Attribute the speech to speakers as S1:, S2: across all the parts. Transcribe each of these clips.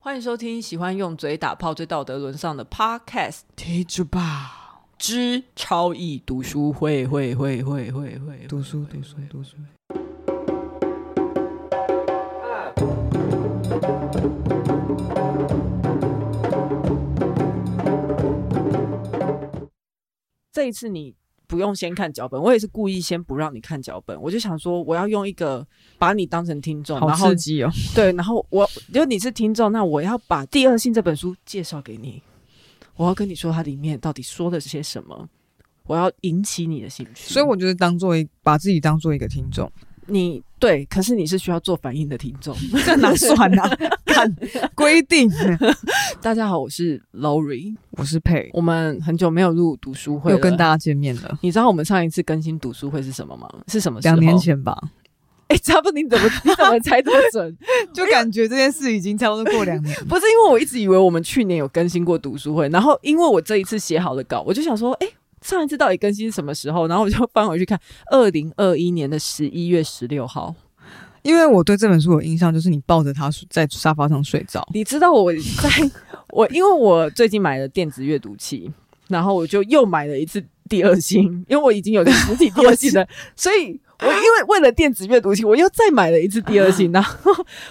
S1: 欢迎收听喜欢用嘴打炮、最道德沦丧的 Podcast，听着吧之超易读书会会会会会会
S2: 读书，读书，读书。
S1: 这一次你不用先看脚本，我也是故意先不让你看脚本，我就想说我要用一个把你当成听众，然后
S2: 激哦！
S1: 对，然后我就你是听众，那我要把《第二性》这本书介绍给你，我要跟你说它里面到底说的是些什么，我要引起你的兴趣。
S2: 所以我就是当做一把自己当做一个听 众，
S1: 你对，可是你是需要做反应的听众。
S2: 这哪算 啊？看规定，
S1: 大家好，我是 Lori，
S2: 我是佩，
S1: 我们很久没有录读书会
S2: 又
S1: 了，
S2: 跟大家见面了，
S1: 你知道我们上一次更新读书会是什么吗？是哦什么时候？
S2: 两年。前吧，
S1: 哎、差不多你怎么你怎么猜这么准？。
S2: 就感觉这件事已经差不多过两年
S1: 不是因为我一直以为我们去年有更新过读书会，然后因为我这一次写好了稿，我就想说，哎、上一次到底更新什么时候？然后我就翻回去看，二零二一年的十一月十六号。
S2: 因为我对这本书有印象，就是你抱着它在沙发上睡着，
S1: 你知道我在我因为我最近买了电子阅读器，然后我就又买了一次第二星，因为我已经有个实体第二星了，所以我因为为了电子阅读器，我又再买了一次第二星，然后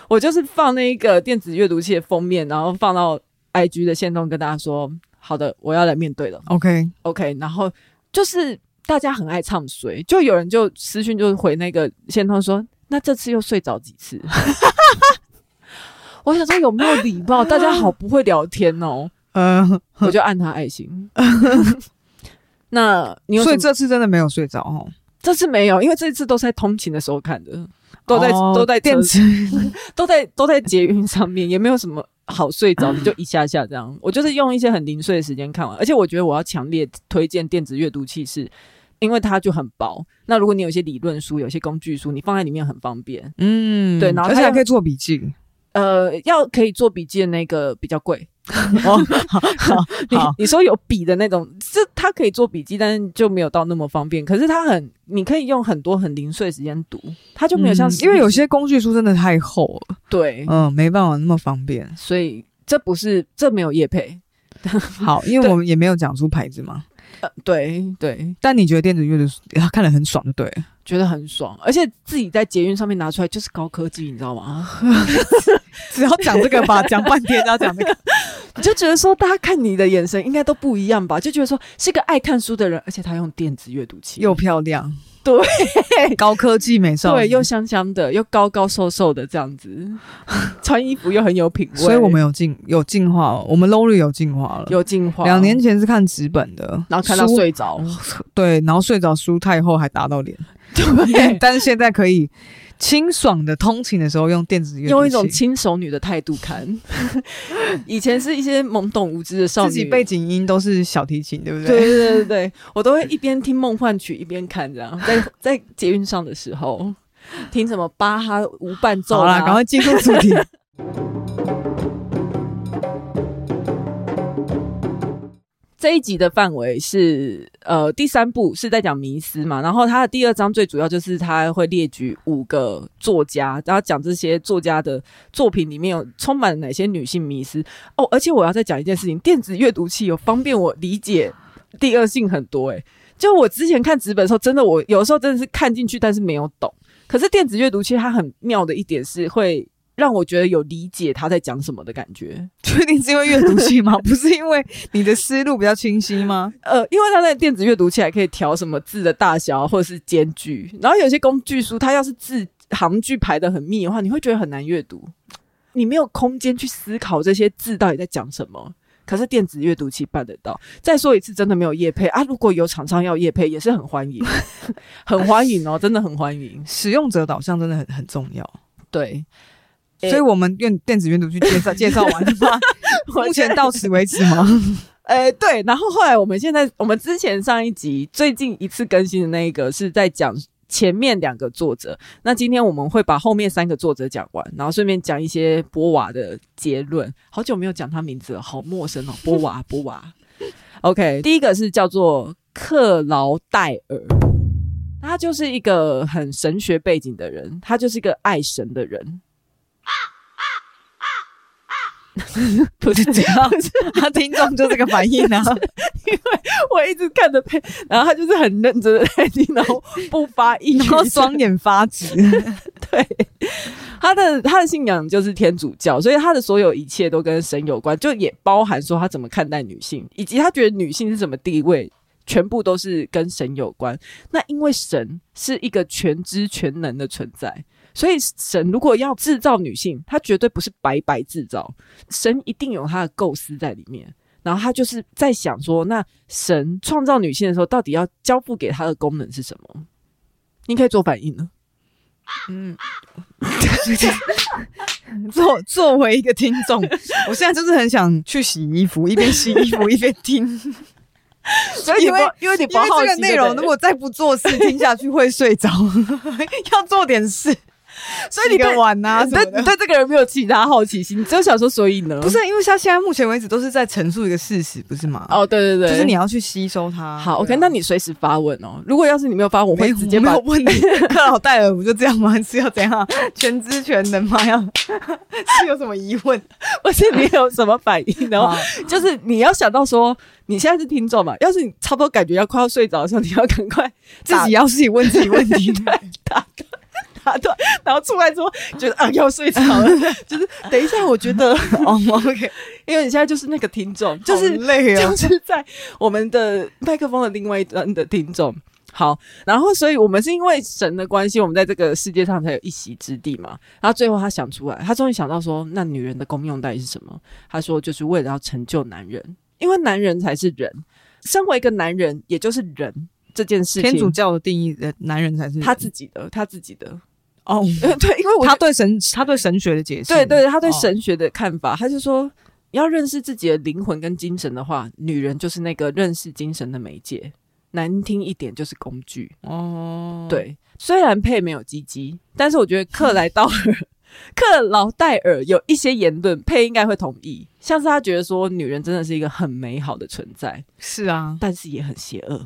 S1: 我就是放那个电子阅读器的封面，然后放到 IG 的线动跟大家说，好的，我要来面对了
S2: OK，
S1: ，OK，然后就是大家很爱唱衰，就有人就私讯就回那个线动说，那这次又睡着几次？ 我想说有没有礼貌？大家好不会聊天 哦，
S2: 呃，
S1: 我就按他爱 心。那你有什
S2: 所
S1: 么
S2: 以这次真的没有睡着哦，
S1: 这次没有，因为这次都是在通勤的时候看的，都在、
S2: 哦
S1: 都在车
S2: 电池，
S1: 都在都在捷运上面，也没有什么好睡着， 就一下下这样。我就是用一些很零碎的时间看完，而且我觉得我要强烈推荐电子阅读器是，因为它就很薄。那如果你有一些理论书、有一些工具书，你放在里面很方便。
S2: 嗯，
S1: 对然后它
S2: 而且还
S1: 又
S2: 可以做笔记，
S1: 呃，要可以做笔记的那个比较贵。
S2: 哦，好好
S1: 你
S2: 好，
S1: 你说有笔的那种，这它可以做笔记，但是就没有到那么方便。可是它很，你可以用很多很零碎的时间读，它就没有像、
S2: 嗯因为有些工具书真的太厚了，
S1: 对，
S2: 嗯，没办法那么方便。
S1: 所以这不是这没有业配。
S2: 好，因为
S1: 对
S2: 我们也没有讲出牌子嘛。
S1: 呃，对对，
S2: 但你觉得电子阅读他看了很爽就对了，
S1: 觉得很爽，而且自己在捷运上面拿出来就是高科技，你知道吗？
S2: 只要讲这个吧，讲半天都要讲这个。
S1: 你就觉得说，大家看你的眼神应该都不一样吧？就觉得说是个爱看书的人，而且他用电子阅读器，
S2: 又漂亮，
S1: 对，
S2: 高科技美少
S1: 对，
S2: 女，
S1: 又香香的，又高高瘦瘦的这样 子，穿衣服又很有品味，
S2: 所以我们有进有进化哦，我们 Lori 有进化了。
S1: 有进化。
S2: 两年，前是看纸本的，
S1: 然后看到
S2: 书
S1: 睡着，
S2: 对，然后睡着书太厚还打 到脸，嗯
S1: 对，
S2: 但是现在可以清爽的通勤的时候用电子阅读器，
S1: 用一种轻熟女的态度看。 以前是一些懵懂无知的少女，
S2: 自己背景音都是小提琴，对不
S1: 对？对对对对，我都会一边听梦幻曲一边看，这样在在捷运上的时候听什么巴哈无伴奏啊
S2: 好啦，
S1: 啦，
S2: 赶快进入主题。
S1: 这一集的范围是呃第三部是在讲迷思嘛，然后它的第二章最主要就是它会列举五个作家，然后讲这些作家的作品里面有充满哪些女性迷思哦，而且我要再讲一件事情，电子阅读器有方便我理解第二性很多诶、欸就我之前看纸本的时候，真的我有时候真的是看进去，但是没有懂。可是电子阅读器它很妙的一点是会让我觉得有理解他在讲什么的感觉。
S2: 确定是因为阅读器吗？不是因为你的思路比较清晰吗？
S1: 呃，因为它在电子阅读器还可以调什么字的大小啊或者是间距，然后有些工具书它要是字行距排的很密的话，你会觉得很难阅读，你没有空间去思考这些字到底在讲什么。可是电子阅读器办得到。再说一次，真的没有业配啊！如果有厂商要业配，也是很欢迎， 很欢迎哦，真的很欢迎。
S2: 使用者导向真的很很重要。
S1: 对，欸
S2: 所以，我们用电子阅读去介绍介绍完的 话， 目前到此为止吗？
S1: 呃，对，然后后来我们现在，我们之前上一集最近一次更新的那一个是在讲前面两个作者，那今天我们会把后面三个作者讲完，然后顺便讲一些波娃的结论。好久没有讲他名字了，好陌生哦，波娃，波娃。OK，第一哦个是叫做克劳戴尔。他就是一个很神学背 景的人，他就是一个爱神的人。
S2: 不是这样，他听众就这个反应啊。
S1: 我一直看着佩，然后他就是很认真的在听，然后不发一语，
S2: 然后双眼发直，
S1: 对，他的他的信仰就是天主教，所以他的所有一切都跟神有关，就也包含说他怎么看待女性，以及他觉得女性是什么地位，全部都是跟神有关。那因为神是一个全知全能的存在，所以神如果要制造女性，他绝对不是白白制造，神一定有他的构思在里面。然后他就是在想说，那神创造女性的时候，到底要交付给他的功能是什么？你可以做反应了。
S2: 嗯，作作为一个听众，我现在就是很想去洗衣服，一边洗衣服一边听，
S1: 所以你
S2: 因为
S1: 不因为你不
S2: 因为
S1: 好
S2: 这
S1: 奇
S2: 个内
S1: 对
S2: 容
S1: 不
S2: 如
S1: 对
S2: 果再不做事听下去会睡着， 要做点事，
S1: 所以你
S2: 洗个
S1: 对
S2: 碗啊
S1: 你
S2: 什么
S1: 对你
S2: 的。
S1: 对这个人没有其他好奇心，你只有想说所以呢？
S2: 不是，啊因为他现在目前为止都是在陈述一个事实，不是吗？
S1: 哦，对对对，
S2: 就是你要去吸收它。
S1: 好
S2: 对
S1: OK，
S2: 啊
S1: 那你随时发问哦。如果要是你没有发，我
S2: 没
S1: 会
S2: 有
S1: 直接
S2: 没
S1: 把
S2: 有问 题。克劳戴尔不就这样吗？是要怎样全知全能吗？要 是有什么疑问？
S1: 不是你有什么反应，然后
S2: 好
S1: 就是你要想到说你现在是听众嘛，要是你差不多感觉要快要睡着的时候，你要赶快
S2: 自己要自己问自己问题。
S1: 打断打 断，然后出来之后觉得啊要睡着了，就是等一下，我觉得
S2: 哦，OK，
S1: 因为你现在就是那个听众， 就
S2: 好
S1: 是
S2: 累哦
S1: 就。是在我们的麦克风的另外一端的听众。好，然后所以我们是因为神的关系，我们在这个世界上才有一席之地嘛。然后最后他想出来，他终于想到说，那女人的功用到底是什么？他说，就是为了要成就男人，因为男人才是人，身为一个男人，也就是人这件事情，
S2: 天主教的定义，呃，男人才是
S1: 他自己的， 他自己的，
S2: 哦，
S1: 对，因为我
S2: 他对神他对神学的解释，
S1: 对对，他对
S2: 哦
S1: 神学的看法，他就说，要认识自己的灵魂跟精神的话，女人就是那个认识精神的媒介，难听一点就是工具。
S2: 哦，
S1: 对，虽然佩没有鸡鸡，但是我觉得克莱道 尔、克劳戴尔有一些言论，佩应该会同意，像是他觉得说，女人真的是一个很美好的存在，
S2: 是啊，
S1: 但是也很邪恶。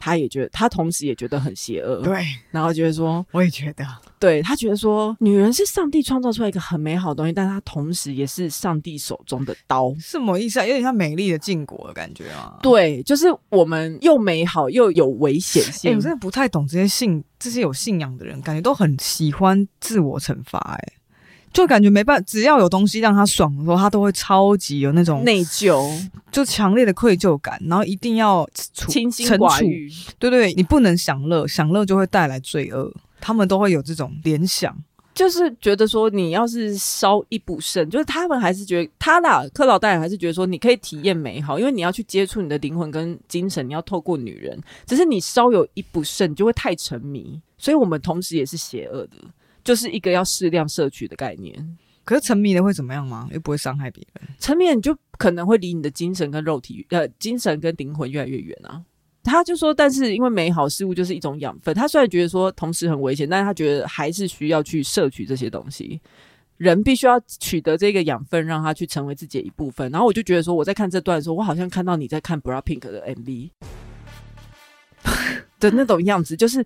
S1: 他也觉得，他同时也觉得很邪恶，
S2: 对，
S1: 然后觉得说，
S2: 我也觉得，
S1: 对他觉得说，女人是上帝创造出来一个很美好的东西，但她同时也是上帝手中的刀。
S2: 什么意思啊？有点像美丽的禁果的感觉啊。
S1: 对，就是我们又美好又有危险
S2: 哎、
S1: 性。
S2: 我真的不太懂这些信这些有信仰的人，感觉都很喜欢自我惩罚、哎，就感觉没办法，只要有东西让他爽的时候，他都会超级有那种
S1: 内疚、
S2: 就强烈的愧疚感，然后一定要处
S1: 清心
S2: 惩
S1: 寡
S2: 处
S1: 欲，
S2: 对对，你不能享乐，享乐就会带来罪恶，他们都会有这种联想。
S1: 就是觉得说，你要是稍一不慎，就是他们还是觉得他啦，克劳戴尔还是觉得说，你可以体验美好，因为你要去接触你的灵魂跟精神，你要透过女人。只是你稍有一不慎，你就会太沉迷。所以我们同时也是邪恶的，就是一个要适量摄取的概念。
S2: 可是沉迷了会怎么样吗？又不会伤害别人。
S1: 沉迷了你就可能会离你的精神跟肉体，呃，精神跟灵魂越来越远啊。他就说，但是因为美好事物就是一种养分，他虽然觉得说同时很危险，但是他觉得还是需要去摄取这些东西。人必须要取得这个养分，让他去成为自己的一部分。然后我就觉得说，我在看这段的时候，我好像看到你在看 BLACKPINK 的 MV 的那种样子，就是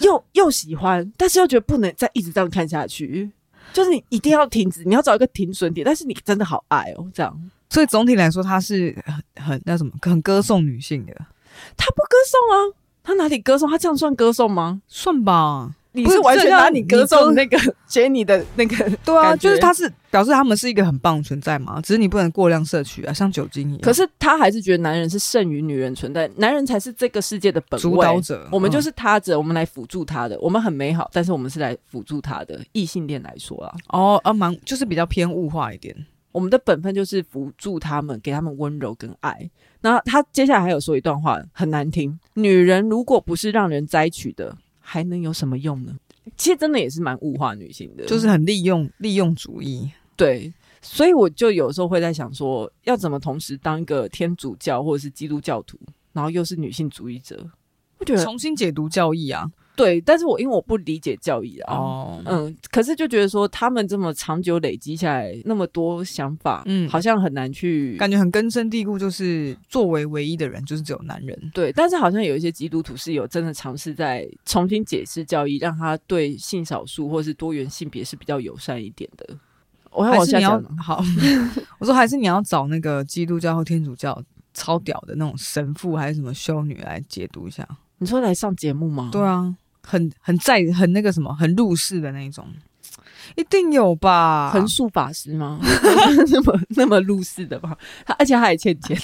S1: 又又喜欢，但是又觉得不能再一直这样看下去，就是你一定要停止，你要找一个停损点。但是你真的好爱哦，这样。
S2: 所以总体来说，他是很很那什么，很歌颂女性的，
S1: 他不歌颂啊，他哪里歌颂？他这样算歌颂吗？
S2: 算吧。
S1: 你
S2: 不是
S1: 是完
S2: 这
S1: 全
S2: 样
S1: 拿你歌
S2: 你歌
S1: 颂那个 Jenny 的那个，
S2: 对啊，
S1: 感觉
S2: 就是他是表示他们是一个很棒的存在嘛，只是你不能过量摄取啊，像酒精一样。
S1: 可是他还是觉得男人是胜于女人存在，男人才是这个世界的本
S2: 主
S1: 位
S2: 导。者，
S1: 我们就
S2: 嗯
S1: 是他者，我们来辅助他的，我们很美好，但是我们是来辅助他的。异性恋来说啊，
S2: 哦，啊，蛮就是比较偏物化一点。
S1: 我们的本分就是辅助他们，给他们温柔跟爱。那他接下来还有说一段话，很难听：女人如果不是让人摘取的，还能有什么用呢？其实真的也是蛮物化女性的，
S2: 就是很利用利用主义。
S1: 对，所以我就有时候会在想说，要怎么同时当一个天主教或者是基督教徒，然后又是女性主义者，我觉得
S2: 重新解读教义啊。
S1: 对，但是我因为我不理解教义啊。
S2: 哦，
S1: 嗯，可是就觉得说他们这么长久累积下来那么多想法，嗯，
S2: 嗯
S1: 好像很难去
S2: 感觉很根深蒂固，就是作为唯一的人，就是只有男人。
S1: 对，但是好像有一些基督徒是有真的尝试在重新解释教义，让他对性少数或是多元性别是比较友善一点的。我要
S2: 还
S1: 往
S2: 是
S1: 下
S2: 你要
S1: 讲了。
S2: 好， 我说还是你要找那个基督教或天主教超屌的那种神父还是什么修女来解读一下。
S1: 你说来上节目吗？
S2: 对啊，很很在很那个什么，很入世的那一种，一定有吧？
S1: 横竖法师吗？ 那么那么入世的吧？他而且他还欠钱，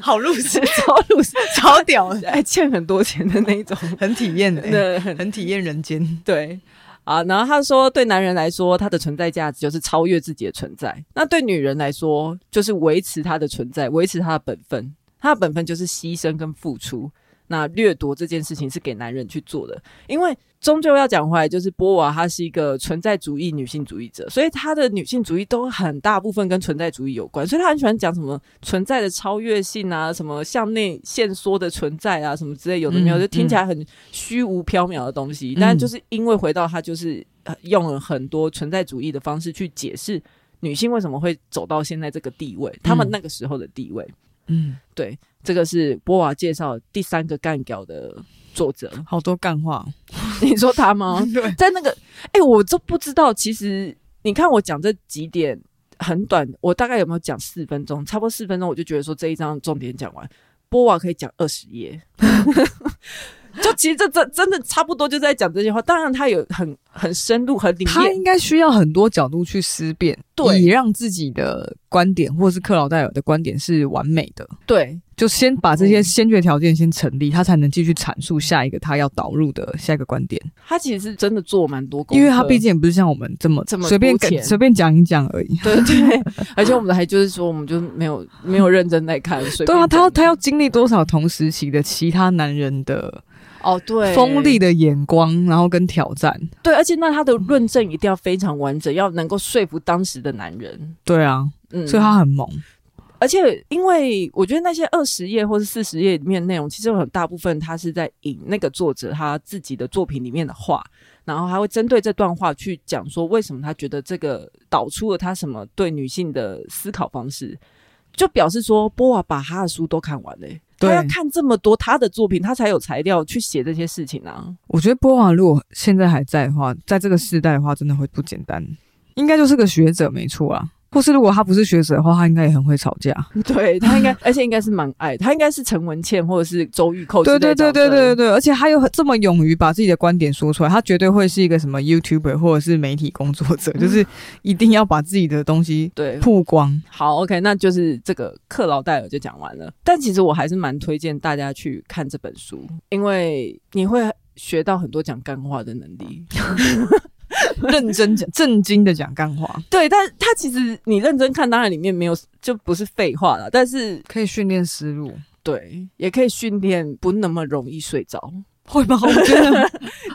S2: 好入世，
S1: 超入世，
S2: 超 屌的，
S1: 还欠很多钱的那一 种。
S2: 很体验的、
S1: 那很
S2: 很体验人间。
S1: 对啊，然后他说，对男人来说，他的存在价值就是超越自己的存在；那对女人来说，就是维持她的存在，维持她的本分。她的本分就是牺牲跟付出。那掠夺这件事情是给男人去做的，因为终究要讲回来，就是波娃她是一个存在主义女性主义者，所以她的女性主义都很大部分跟存在主义有关，所以她很喜欢讲什么存在的超越性啊，什么向内限缩的存在啊，什么之类有的没有，
S2: 嗯
S1: 就听起来很虚无缥缈的东西。
S2: 嗯
S1: 但就是因为回到她，就是呃用了很多存在主义的方式去解释女性为什么会走到现在这个地位，她们那个时候的地位。
S2: 嗯，
S1: 对，这个是波娃介绍的第三个干屌的作者。
S2: 好多干话。
S1: 你说他吗？
S2: 对，
S1: 在那个，哎、我都不知道。其实你看我讲这几点很短，我大概有没有讲四分钟？差不多四分钟，我就觉得说这一章重点讲完，波瓦可以讲二十页。 就其实这这真的差不多就在讲这些话，当然他有很很深入很里
S2: 哦他
S1: 面，
S2: 应该需要很多角度去思辨，
S1: 对
S2: 以让自己的观点或是克劳戴尔的观点是完美的。
S1: 对
S2: 就先把这些
S1: 嗯
S2: 先决条件先成立，他才能继续阐述下一个他要导入的下一个观点。
S1: 他其实是真的做蛮多功
S2: 因
S1: 课，
S2: 为他毕竟也不是像我们这么
S1: 这么
S2: 随便
S1: 肤浅
S2: 随便讲一讲而已。
S1: 对对，而且我们还就是说，我们就没有没有认真在看，随
S2: 对
S1: 便
S2: 啊，
S1: 讲
S2: 他他要经历多少同时期的其他男人的
S1: 哦对
S2: 锋利的眼光，然后跟挑战。
S1: 对，而且那他的论证一定要非常完整，要能够说服当时的男人。
S2: 对啊，
S1: 嗯，
S2: 所以他很猛。
S1: 而且因为我觉得那些二十页或是四十页里面的内容，其实有很大部分他是在引那个作者他自己的作品里面的话，然后还会针对这段话去讲说为什么他觉得这个导出了他什么对女性的思考方式，就表示说波娃把他的书都看完了欸、
S2: 对
S1: 他要看这么多他的作品，他才有材料去写这些事情啊。
S2: 我觉得波瓦如果现在还在的话，在这个世代的话，真的会不简单。应该就是个学者没错啊，或是如果他不是学者的话，他应该也很会吵架。
S1: 对他应该，而且应该是蛮爱，他应该是陈文茜或者是周玉蔻之
S2: 对
S1: 类
S2: 对
S1: 的
S2: 对
S1: 角色。
S2: 对对对，而且他又很这么勇于把自己的观点说出来，他绝对会是一个什么 YouTuber 或者是媒体工作
S1: 嗯
S2: 者，就是一定要把自己的东西
S1: 对
S2: 曝光。
S1: 好，OK，那就是这个克劳戴尔就讲完了。但其实我还是蛮推荐大家去看这本书，因为你会学到很多讲干话的能力。
S2: 认真讲，震惊的讲干话，
S1: 对，但他其实你认真看，当然里面没有就不是废话了，但是
S2: 可以训练思路，
S1: 对，也可以训练不那么容易睡着。
S2: 会吗？我觉 得，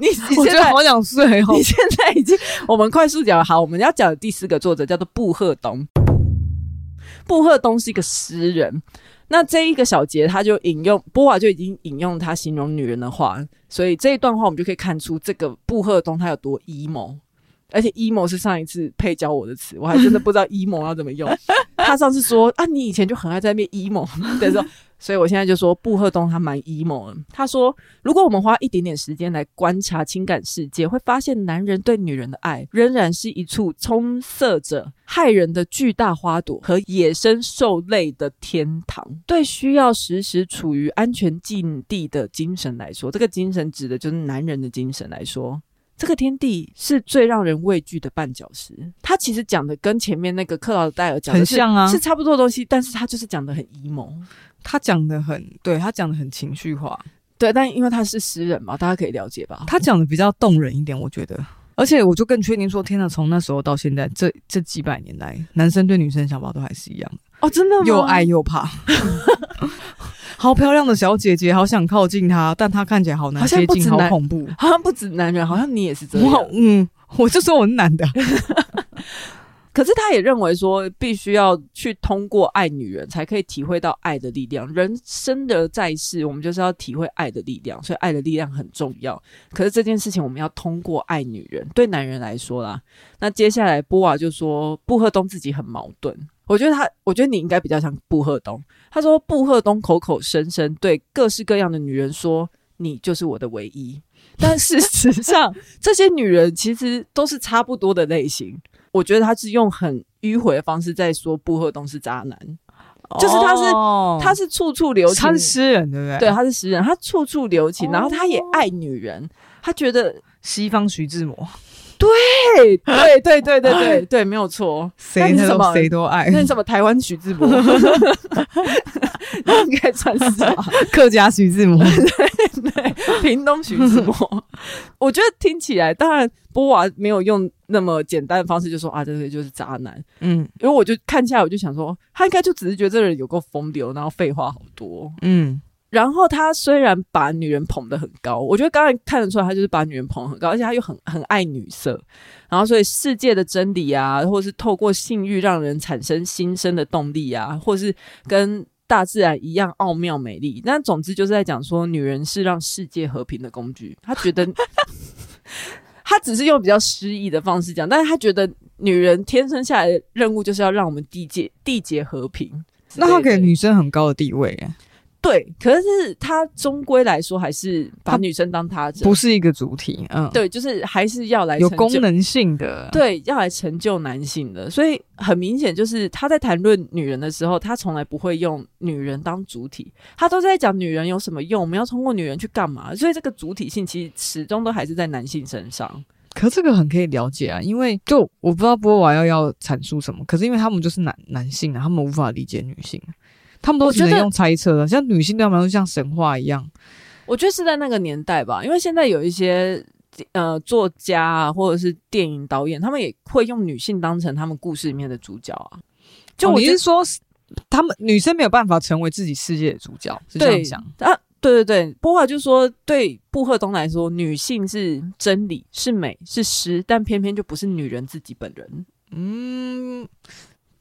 S1: 你你
S2: 我
S1: 现
S2: 觉得
S1: 在
S2: 好想睡哦
S1: 你。现在已经，我们快速讲好，我们要讲的第四个作者叫做布赫东。布赫东是一个诗人，那这一个小节他就引用波瓦就已经引用他形容女人的话，所以这一段话我们就可以看出这个布赫东他有多 emo，而且 emo 是上一次配教我的词，我还真的不知道 emo 要怎么用。他上次说啊，你以前就很爱在那边 emo 的时候，所以我现在就说布赫东他蛮 emo 的。他说，如果我们花一点点时间来观察情感世界，会发现男人对女人的爱仍然是一处充塞着害人的巨大花朵和野生兽类的天堂。对需要时时处于安全境地的精神来说，这个精神指的就是男人的精神来说。这个天地是最让人畏惧的绊脚石。他其实讲的跟前面那个克劳戴尔讲的是
S2: 很像啊
S1: 是差不多的东西，但是他就是讲的很 emo。
S2: 他讲的很，对他讲的很情绪化，
S1: 对，但因为他是诗人嘛，大家可以了解吧？
S2: 他讲的比较动人一点，我觉得。而且我就更确定说，天呐，从那时候到现在，这这几百年来，男生对女生的想法都还是一样。
S1: 哦，真的吗？
S2: 又爱又怕。 好漂亮的小姐姐，好想靠近她，但她看起来好难
S1: 好像
S2: 接
S1: 不
S2: 近，
S1: 止
S2: 好
S1: 男
S2: 恐怖。
S1: 好像不止男人，好像你也是这
S2: 我
S1: 样。
S2: 嗯，我就说我是男的，
S1: 可是他也认为说，必须要去通过爱女人，才可以体会到爱的力量。人生的在世，我们就是要体会爱的力量，所以爱的力量很重要。可是这件事情，我们要通过爱女人，对男人来说啦。那接下来波娃就说，布赫东自己很矛盾。我觉得他，我觉得你应该比较像布赫东。他说，布赫东口口声声对各式各样的女人说：“你就是我的唯一。”但事实上，这些女人其实都是差不多的类型。我觉得他是用很迂回的方式在说布赫东是渣男，
S2: 哦
S1: 就是他是他
S2: 是
S1: 是处处留情
S2: 他，是诗哦人，对不对？
S1: 对，，啊他是诗人，他处处留情，
S2: 哦
S1: 然后他也爱女人，他觉得
S2: 西方徐志摩，
S1: 对 对对对对对对，没有错。那
S2: 谁
S1: 你
S2: 他
S1: 怎么
S2: 都谁都爱
S1: 那，你怎么台湾徐志摩？那应该算是吧，
S2: 客家徐 志摩，
S1: 屏东徐志摩。我觉得听起来，当然波娃没有用那么简单的方式就说啊，这个就是渣男。
S2: 嗯
S1: 因为我就看下来，我就想说，他应该就只是觉得这人有够风流，然后废话好多。
S2: 嗯，
S1: 然后他虽然把女人捧得很高，我觉得刚才看得出来，他就是把女人捧得很高，而且他又很很爱女色，然后所以世界的真理啊，或是透过性欲让人产生新生的动力啊，或是跟大自然一样奥妙美丽。但总之就是在讲说，女人是让世界和平的工具。他觉得， 他只是用比较诗意的方式讲，但是他觉得女人天生下来的任务就是要让我们缔结缔结和平。
S2: 那他给
S1: 对对
S2: 女生很高的地位，哎
S1: 对，可是他终归来说还是把
S2: 他
S1: 女生当他者，
S2: 不是一个主体，嗯，，
S1: 对，就是还是要来
S2: 有
S1: 成就
S2: 功，能性的，，
S1: 对，要来成就男性的。所以很明显，就是他在谈论女人的时候，他从来不会用女人当主体，他都在讲女人有什么用，我们要通过女人去干嘛。所以这个主体性其实始终都还是在男性身上。
S2: 可这个很可以了解啊，因为就我不知道波娃要要阐述什么，可是因为他们就是男男性啊，他们无法理解女性，啊他们都
S1: 我
S2: 只
S1: 觉
S2: 能
S1: 得
S2: 用猜测的，像女性对他们来说像神话一样，
S1: 我觉得是在那个年代吧，因为现在有一些。呃，作家啊，或者是电影导演，他们也会用女性当成他们故事里面的主角啊。就
S2: 哦
S1: 我
S2: 你
S1: 觉得
S2: 是说他们女生没有办法成为自己世界的主角，是这样
S1: 对
S2: 讲，
S1: 啊，对对对，波华就说，对布赫东来说，女性是真理，是美，是诗，但偏偏就不是女人自己本人。
S2: 嗯。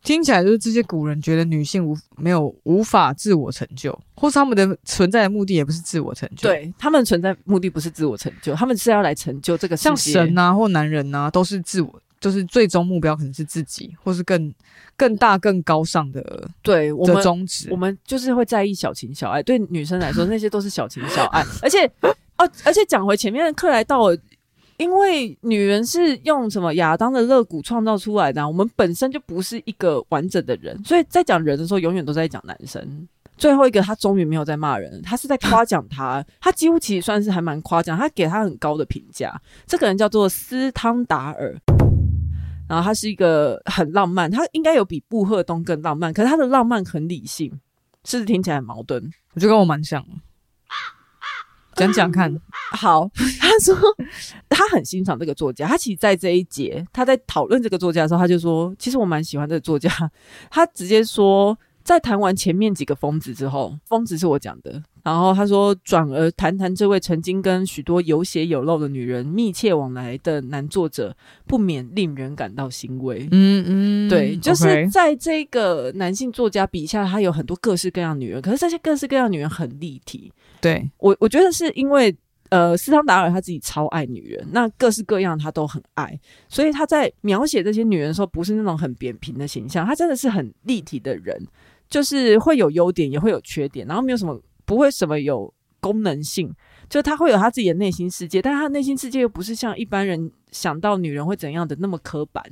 S2: 听起来就是这些古人觉得女性无没有无法自我成就，或是他们的存在的目的也不是自我成就，，
S1: 对，他们存在目的不是自我成就，他们是要来成就这个世
S2: 像
S1: 界
S2: 神啊或男人啊，都是自我，就是最终目标可能是自己，或是更更大更高尚的
S1: 对我
S2: 的
S1: 们。
S2: 宗旨
S1: 我。们就是会在意小情小爱，对女生来说，那些都是小情小爱。而且，哦，而且讲回前面的克莱道尔，因为女人是用什么亚当的肋骨创造出来的啊、我们本身就不是一个完整的人，所以在讲人的时候，永远都在讲男生。最后一个，他终于没有在骂人，他是在夸奖他，他几乎其实算是还蛮夸奖，他给他很高的评价。这个人叫做斯汤达尔。然后他是一个很浪漫，他应该有比布赫东更浪漫，可是他的浪漫很理性，是不是听起来很矛盾？
S2: 我觉得跟我蛮像的。讲讲 看，
S1: 好， 他说他很欣赏这个作家，他其实在这一节他在讨论这个作家的时候，他就说，其实我蛮喜欢这个作家。他直接说，在谈完前面几个疯子之后，疯子是我讲的，然后他说，转而谈谈这位曾经跟许多有血有肉的女人密切往来的男作者，不免令人感到欣慰。
S2: 嗯嗯，
S1: 对，就
S2: OK
S1: 是在这个男性作家笔下，他有很多各式各样的女人，可是这些各式各样的女人很立体。
S2: 对，
S1: 我我觉得是因为呃，斯汤达尔他自己超爱女人，那各式各样他都很爱，所以他在描写这些女人的时候，不是那种很扁平的形象，他真的是很立体的人，就是会有优点，也会有缺点，然后没有什么不会什么有功能性。就他会有他自己的内心世界，但他的内心世界又不是像一般人想到女人会怎样的那么刻板，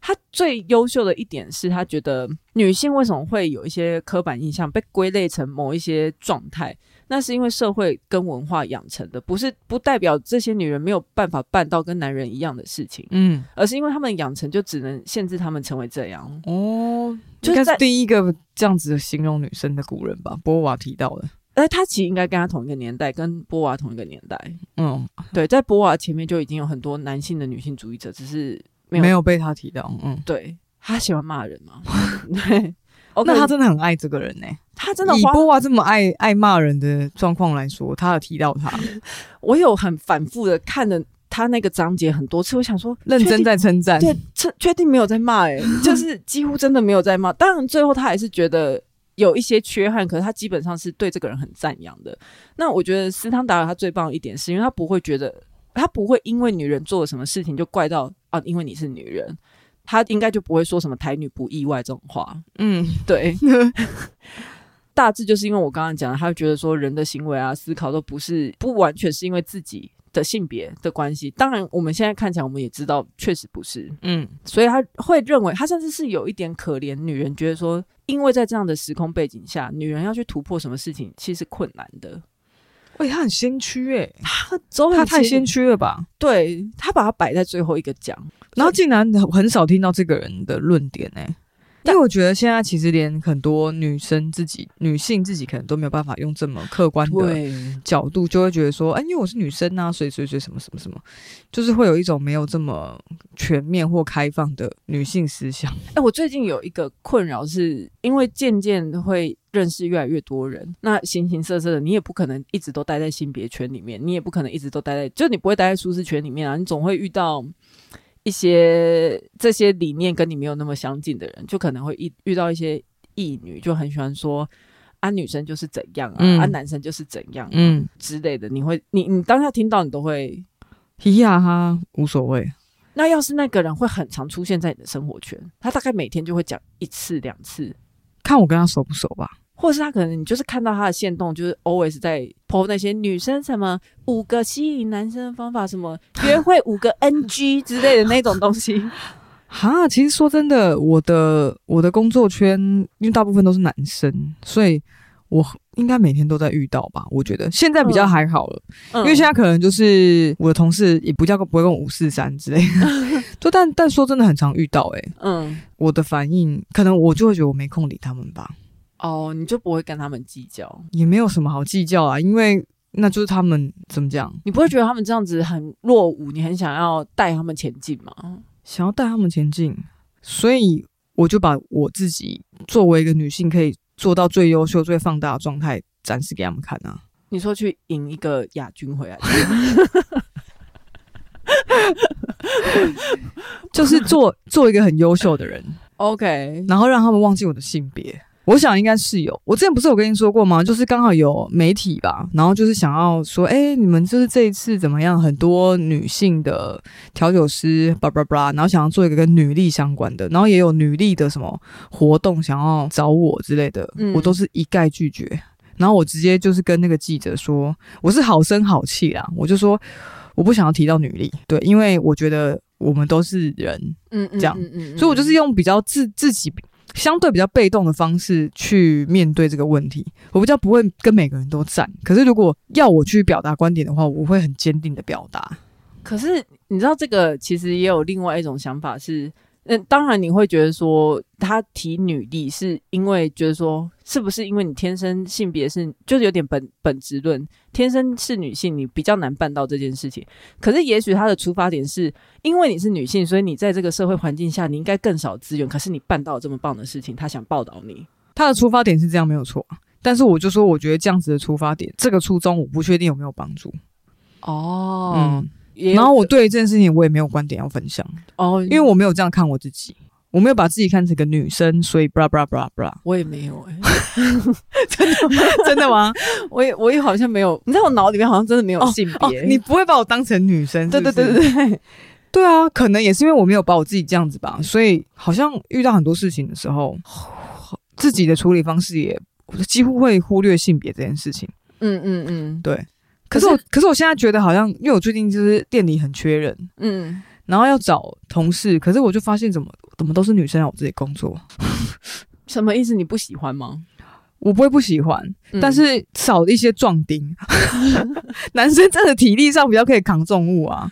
S1: 他最优秀的一点是他觉得女性为什么会有一些刻板印象被归类成某一些状态，那是因为社会跟文化养成的，不是不代表这些女人没有办法办到跟男人一样的事情，
S2: 嗯，
S1: 而是因为他们养成就只能限制他们成为这样。
S2: 哦，
S1: 就是
S2: 应该是
S1: 在
S2: 第一个这样子形容女生的古人吧，波娃提到的。
S1: 而他其实应该跟他同一个年代，跟波娃同一个年代。
S2: 嗯，
S1: 对，在波娃前面就已经有很多男性的女性主义者，只是没
S2: 没
S1: 有
S2: 有被他提到。嗯，
S1: 对他喜欢骂人嘛。 对，哦，
S2: 那他
S1: 真
S2: 真的很爱这个人呢、
S1: 他真的
S2: 以
S1: 花
S2: 波娃这么爱爱骂人的状况来说，他有提到 他，
S1: 我有很反复的看了他那个章节很多次，我想说
S2: 认真。在称赞
S1: 确。定对，确确定没有在骂、欸，就是几乎真的没有在骂。当然，最后他还是觉得有一些缺憾，可是他基本上是对这个人很赞扬的。那我觉得斯汤达尔他最棒的一点，是因为他不会觉得，他不会因为女人做了什么事情就怪到啊，因为你是女人，他应该就不会说什么台女不意外这种话。
S2: 嗯，
S1: 对，大致就是因为我刚刚讲的，他会觉得说人的行为啊、思考都不是不完全是因为自己的性别的关系。当然，我们现在看起来，我们也知道确实不是，
S2: 嗯，
S1: 所以他会认为他甚至是有一点可怜女人，觉得说，因为在这样的时空背景下，女人要去突破什么事情其实困难的。
S2: 喂，他很先驱哎、
S1: 他周
S2: 他太先
S1: 驱，
S2: 驱了吧？
S1: 对他把它摆在最后一个讲，
S2: 然后竟然很少听到这个人的论点哎、因为我觉得现在其实连很多女生自己、女性自己可能都没有办法用这么客观的
S1: 对
S2: 角度，就会觉得说，哎、因为我是女生啊，所以所以所以什么什么什么，就是会有一种没有这么全面或开放的女性思想。
S1: 哎、我最近有一个困扰是，因为渐渐会认识越来越多人，那形形色色的，你也不可能一直都待在性别圈里面，你也不可能一直都待在，就你不会待在舒适圈里面啊，你总会遇到一些这些理念跟你没有那么相近的人，就可能会遇遇到一些异女，就很喜欢说。啊，女生就是怎样啊，
S2: 嗯
S1: 啊，男生就是怎样、
S2: 嗯，
S1: 之类的，你会，你你当下听到你都会。
S2: 嘻嘻哈哈，无所谓。
S1: 那要是那个人会很常出现在你的生活圈，他大概每天就会讲一次两次，
S2: 看我跟他熟不熟吧。
S1: 或者是他可能你就是看到他的线动，就是 always 在 po 那些女生什么五个吸引男生的方法，什 么约会五个 NG 之类的那种东 西。
S2: 哈，其实说真的，我的我的工作圈，因为大部分都是男生，所以我应该每天都在遇到吧。我觉得现在比较还好了，
S1: 嗯
S2: 因为现在可能就是我的同事也不叫不会跟五四三之类的， 就但但说真的很常遇到、欸。
S1: 嗯
S2: 我的反应可能我就会觉得我没空理他们吧，
S1: 哦，你就不会跟他们计较，
S2: 也没有什么好计较啊，因为那就是他们怎么讲，
S1: 你不会觉得他们这样子很落伍，你很想要带他们前进吗？
S2: 想要带他们前进，所以我就把我自己作为一个女性可以做到最优秀、最放大的状态展示给他们看啊。
S1: 你说去赢一个亚军回来，
S2: 就是做 做一个很优秀的人，
S1: OK，
S2: 然后让他们忘记我的性别。我想应该是有，我之前不是有跟你说过吗？就是刚好有媒体吧，然后就是想要说，哎、你们就是这一次怎么样？很多女性的调酒师，叭叭叭，然后想要做一个跟女力相关的，然后也有女力的什么活动想要找我之类的，
S1: 嗯
S2: 我都是一概拒绝。然后我直接就是跟那个记者说，我是好声好气啦，我就说我不想要提到女力，对，因为我觉得我们都是人，
S1: 嗯嗯
S2: 这样
S1: 嗯嗯嗯
S2: 所以我就是用比较自自己相对比较被动的方式去面对这个问题。我比较不会跟每个人都站，可是如果要我去表达观点的话，我会很坚定的表达。
S1: 可是你知道，这个其实也有另外一种想法是，嗯，当然你会觉得说他提女力是因为觉得说是不是因为你天生性别是就是有点本本质论，天生是女性，你比较难办到这件事情。可是也许他的出发点是因为你是女性，所以你在这个社会环境下你应该更少资源，可是你办到了这么棒的事情，他想报道你。
S2: 他的出发点是这样没有错啊，但是我就说，我觉得这样子的出发点，这个初衷我不确定有没有帮助。
S1: 哦
S2: 嗯，
S1: 也有
S2: 然后我对这件事情我也没有观点要分享，
S1: 哦，因
S2: 因为我没有这样看我自己。我没有把自己看成个女生，所以 blah blah blah blah，
S1: 我也没有哎、
S2: 真 的吗？
S1: 我也我也好像没有，你在我脑里面好像真的没有性别、
S2: 哦，你不会把我当成女生是
S1: 对
S2: 不
S1: 对
S2: 是
S1: 对对对。
S2: 对啊，可能也是因为我没有把我自己这样子吧，所以好像遇到很多事情的时候，自己的处理方式也几乎会忽略性别这件事情。
S1: 嗯嗯嗯
S2: 对，
S1: 可
S2: 可
S1: 是
S2: 是我，可是我现在觉得好像，因为我最近就是店里很缺人，
S1: 嗯，
S2: 然后要找同事，可是我就发现怎么怎么都是女生让我自己工作，
S1: 什么意思？你不喜欢吗？
S2: 我不会不喜欢，
S1: 嗯
S2: 但是少一些壮丁， 男生真的体力上比较可以扛重物啊。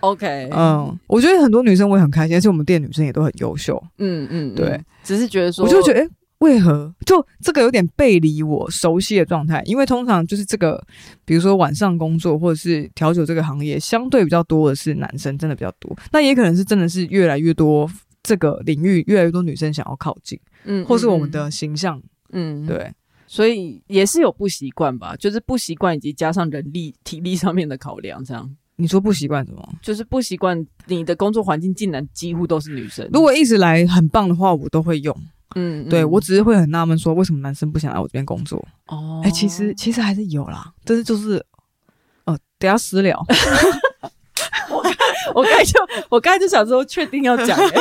S1: OK，
S2: 嗯，我觉得很多女生我也很开心，而且我们店女生也都很优秀。
S1: 嗯嗯，
S2: 对
S1: 嗯，只是觉得说，
S2: 我就觉得，诶，为何就这个有点背离我熟悉的状态？因为通常就是这个，比如说晚上工作或者是调酒这个行业，相对比较多的是男生，真的比较多。那也可能是真的是越来越多这个领域越来越多女生想要靠近，
S1: 嗯，
S2: 或是我们的形象，
S1: 嗯，嗯，
S2: 对，
S1: 所以也是有不习惯吧，就是不习惯，以及加上人力、体力上面的考量，这样
S2: 你说不习惯什么？
S1: 就是不习惯你的工作环境竟然几乎都是女生。
S2: 如果一直来很棒的话，我都会用。
S1: 嗯，嗯
S2: 对我只是会很纳闷，说为什么男生不想来我这边工作？
S1: 哦，
S2: 哎、其实其 实还是有啦，但是就是，呃，等一下私聊。
S1: 我刚才就我刚才就想说，确定要讲、欸。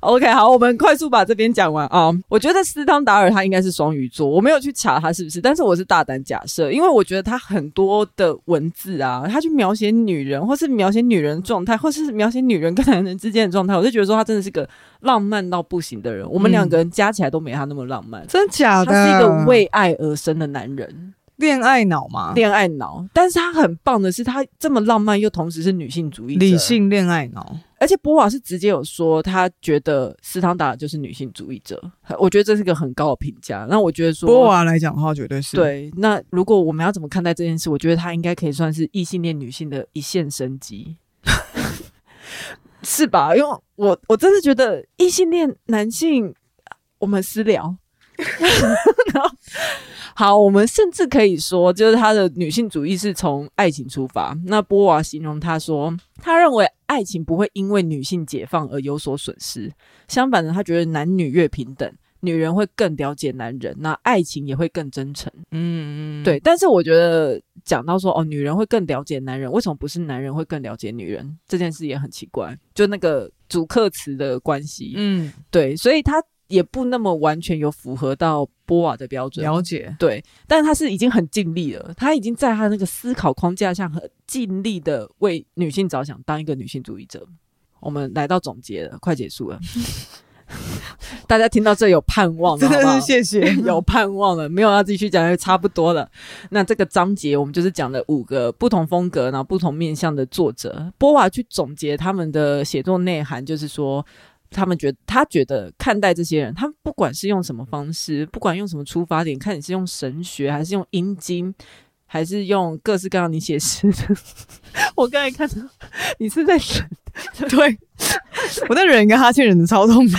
S1: OK，好，我们快速把这边讲完啊。我觉得斯汤达尔他应该是双鱼座，我没有去查他是不是，但是我是大胆假设，因为我觉得他很多的文字啊，他去描写女人，或是描写女人状态，或是描写女人跟男人之间的状态，我就觉得说他真的是个浪漫到不行的人。我们两个人加起来都没他那么浪漫。
S2: 真假的？
S1: 他是一个为爱而生的男人，
S2: 恋爱脑吗？
S1: 恋爱脑，但是他很棒的是，他这么浪漫，又同时是女性主义者
S2: 理，性恋爱脑，
S1: 而且波瓦是直接有说，他觉得斯汤达尔就是女性主义者，我觉得这是一个很高的评价。那我觉得说，
S2: 波娃来讲的话，绝对是。
S1: 啊对，那如果我们要怎么看待这件事，我觉得他应该可以算是异性恋女性的一线生机， 是吧？因为我我真的觉得异性恋男性，我们私聊。 然后好，我们甚至可以说，就是他的女性主义是从爱情出发。那波娃形容他说，他认为爱情不会因为女性解放而有所损失，相反的，他觉得男女越平等，女人会更了解男人，那爱情也会更真诚。
S2: 嗯嗯，
S1: 对，但是我觉得讲到说哦，女人会更了解男人，为什么不是男人会更了解女人？这件事也很奇怪，就那个主客词的关系，
S2: 嗯，
S1: 对，所以他也不那么完全有符合到波瓦的标准。
S2: 了解。
S1: 对，但他是已经很尽力了，他已经在他那个思考框架下很尽力的为女性着想，当一个女性主义者。我们来到总结了，快结束了， 大家听到这有盼望了，
S2: 真
S1: 好不
S2: 的
S1: 好，
S2: 是谢谢
S1: 有盼望了，没有要继续讲，也差不多了。那这个章节我们就是讲了五个不同风格，然后不同面向的作者，波娃去总结他们的写作内涵，就是说。他们觉他觉得看待这些人，他们不管是用什么方式，不管用什么出发点，看你是用神学，还是用阴经，还是用各式各样你写诗的。 我刚才看到你是在
S2: 对，我在忍一个哈欠，忍的 超痛苦。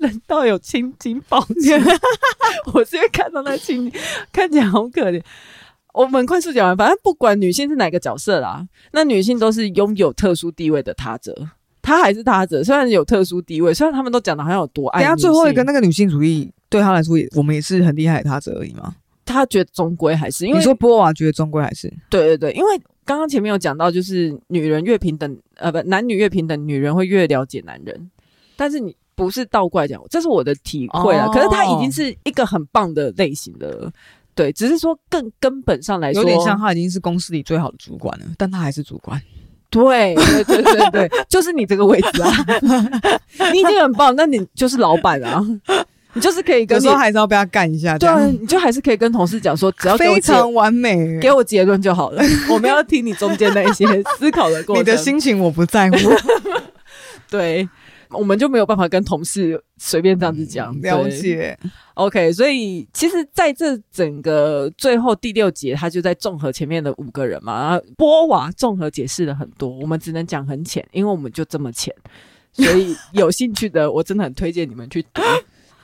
S1: 冷到有青筋暴 起，我是因为看到那青筋，看起来好可怜。我们快速讲完，反正不管女性是哪个角色啦，那女性都是拥有特殊地位的他者，她还是他者，虽然有特殊地位，虽然他们都讲的好像有多爱
S2: 等
S1: 女
S2: 一
S1: 哎性。
S2: 下最后一个那个女性主义，对她来说也，我们也是很厉害的他者而已嘛。
S1: 她觉得终归还是因为
S2: 你说波娃觉得终归还是
S1: 对对对，因为刚刚前面有讲到，就是女人越平等，呃，不，男女越平等，女人会越了解男人。但是你不是倒过来讲，这是我的体会啊。
S2: 哦
S1: 可是他已经是一个很棒的类型的了，对，只是说更根本上来说，
S2: 有点像，她已经是公司里最好的主管了，但她还是主管。
S1: 对对对对对， 就是你这个位置啊，你已经很棒，那你就是老板啊，你就是可以
S2: 有
S1: 跟你
S2: 时候还是要被她干一下，这
S1: 对啊，
S2: 样
S1: 你就还是可以跟同事讲说，只要给我
S2: 非
S1: 结
S2: 常完美。
S1: 给我结论就 好了，我们要听你中间的一些思考的过程。
S2: 你的心情我不 在乎，
S1: 对，我们就没有办法跟同事随便这样子讲。对
S2: 嗯了解。
S1: OK，所以其实在这整个最后第六节，他就在综合前面的五个人嘛，然后波瓦综合解释了很多，我们只能讲很浅，因为我们就这么浅，所以有兴趣的，我真的很推荐你们去读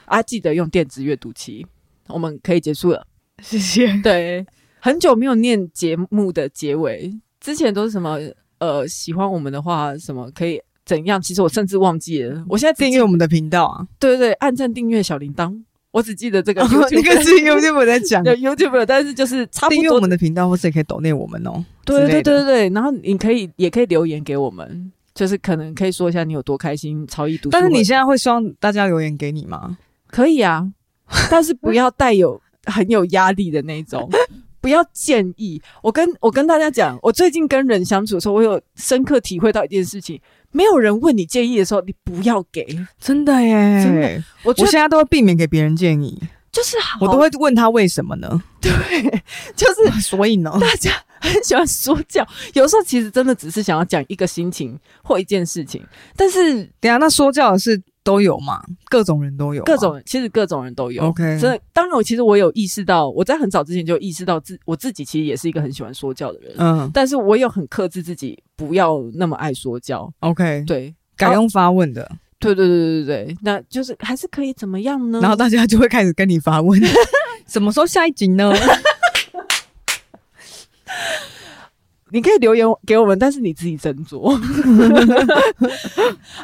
S1: 啊，记得用电子阅读器。我们可以结束了。
S2: 谢谢。
S1: 对，很久没有念节目的结尾，之前都是什么呃，喜欢我们的话，什么可以怎样？其实我甚至忘记了，我现在只
S2: 订阅我们的频道啊，
S1: 对对对，按赞、订阅、小铃铛，我只记得这个
S2: 那
S1: YouTube，、
S2: 个哦是 YouTube 在讲
S1: 有 YouTube，但是就是差不
S2: 订阅我
S1: 多。
S2: 们的频道，或是也可以抖内我们哦。
S1: 对
S2: 之
S1: 对
S2: 类的
S1: 对对对，然后你可以也可以留言给我们，就是可能可以说一下你有多开心超一读书会。
S2: 但是你现在会希望大家留言给你吗？
S1: 可以 啊，但是不要带有很有压力的那 种。不要建议我跟我跟大家讲，我最近跟人相处的时候，我有深刻体会到一件事情：没有人问你建议的时候，你不要给。
S2: 真的耶
S1: 真
S2: 的。
S1: 我觉
S2: 我
S1: 得
S2: 现在都会避免给别人建议，
S1: 就是好，
S2: 我都会问他为什么呢？
S1: 就是
S2: 所以呢，
S1: 大家很喜欢说教，有时候其实真的只是想要讲一个心情或一件事情，但是
S2: 等一下那说教的是都有嘛，各种人都有嘛，
S1: 各种其实各种人都有。
S2: OK，
S1: 真的，当然我其实我有意识到，我在很早之前就意识到自我自己其实也是一个很喜欢说教的人，
S2: 嗯
S1: 但是我有很克制自己不要那么爱说教。
S2: ，OK，
S1: 对，
S2: 改用发问的，
S1: 对对对对对对，那就是还是可以怎么样呢？
S2: 然后大家就会开始跟你发 问，什么时候下一集呢？
S1: 你可以留言给我们，但是你自己斟酌。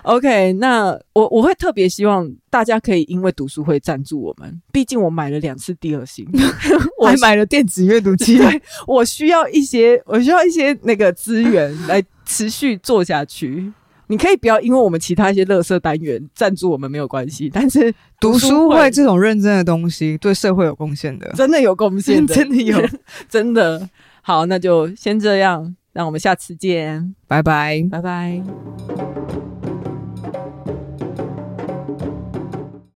S1: OK，那我我会特别希望大家可以因为读书会赞助我们，毕竟我买了两次第二星， 我
S2: 还 买了电子阅读器，
S1: 对我需要一些我需要一些那个资源来持续做下去。你可以不要因为我们其他一些乐色单元赞助我们没有关系，但是
S2: 读
S1: 书
S2: 书会这种认真的东西，对社会有贡献的。
S1: 真的有贡献的，
S2: 真的 有，
S1: 真的。好，那就先这样，让我们下次见，
S2: 拜拜。
S1: 拜拜。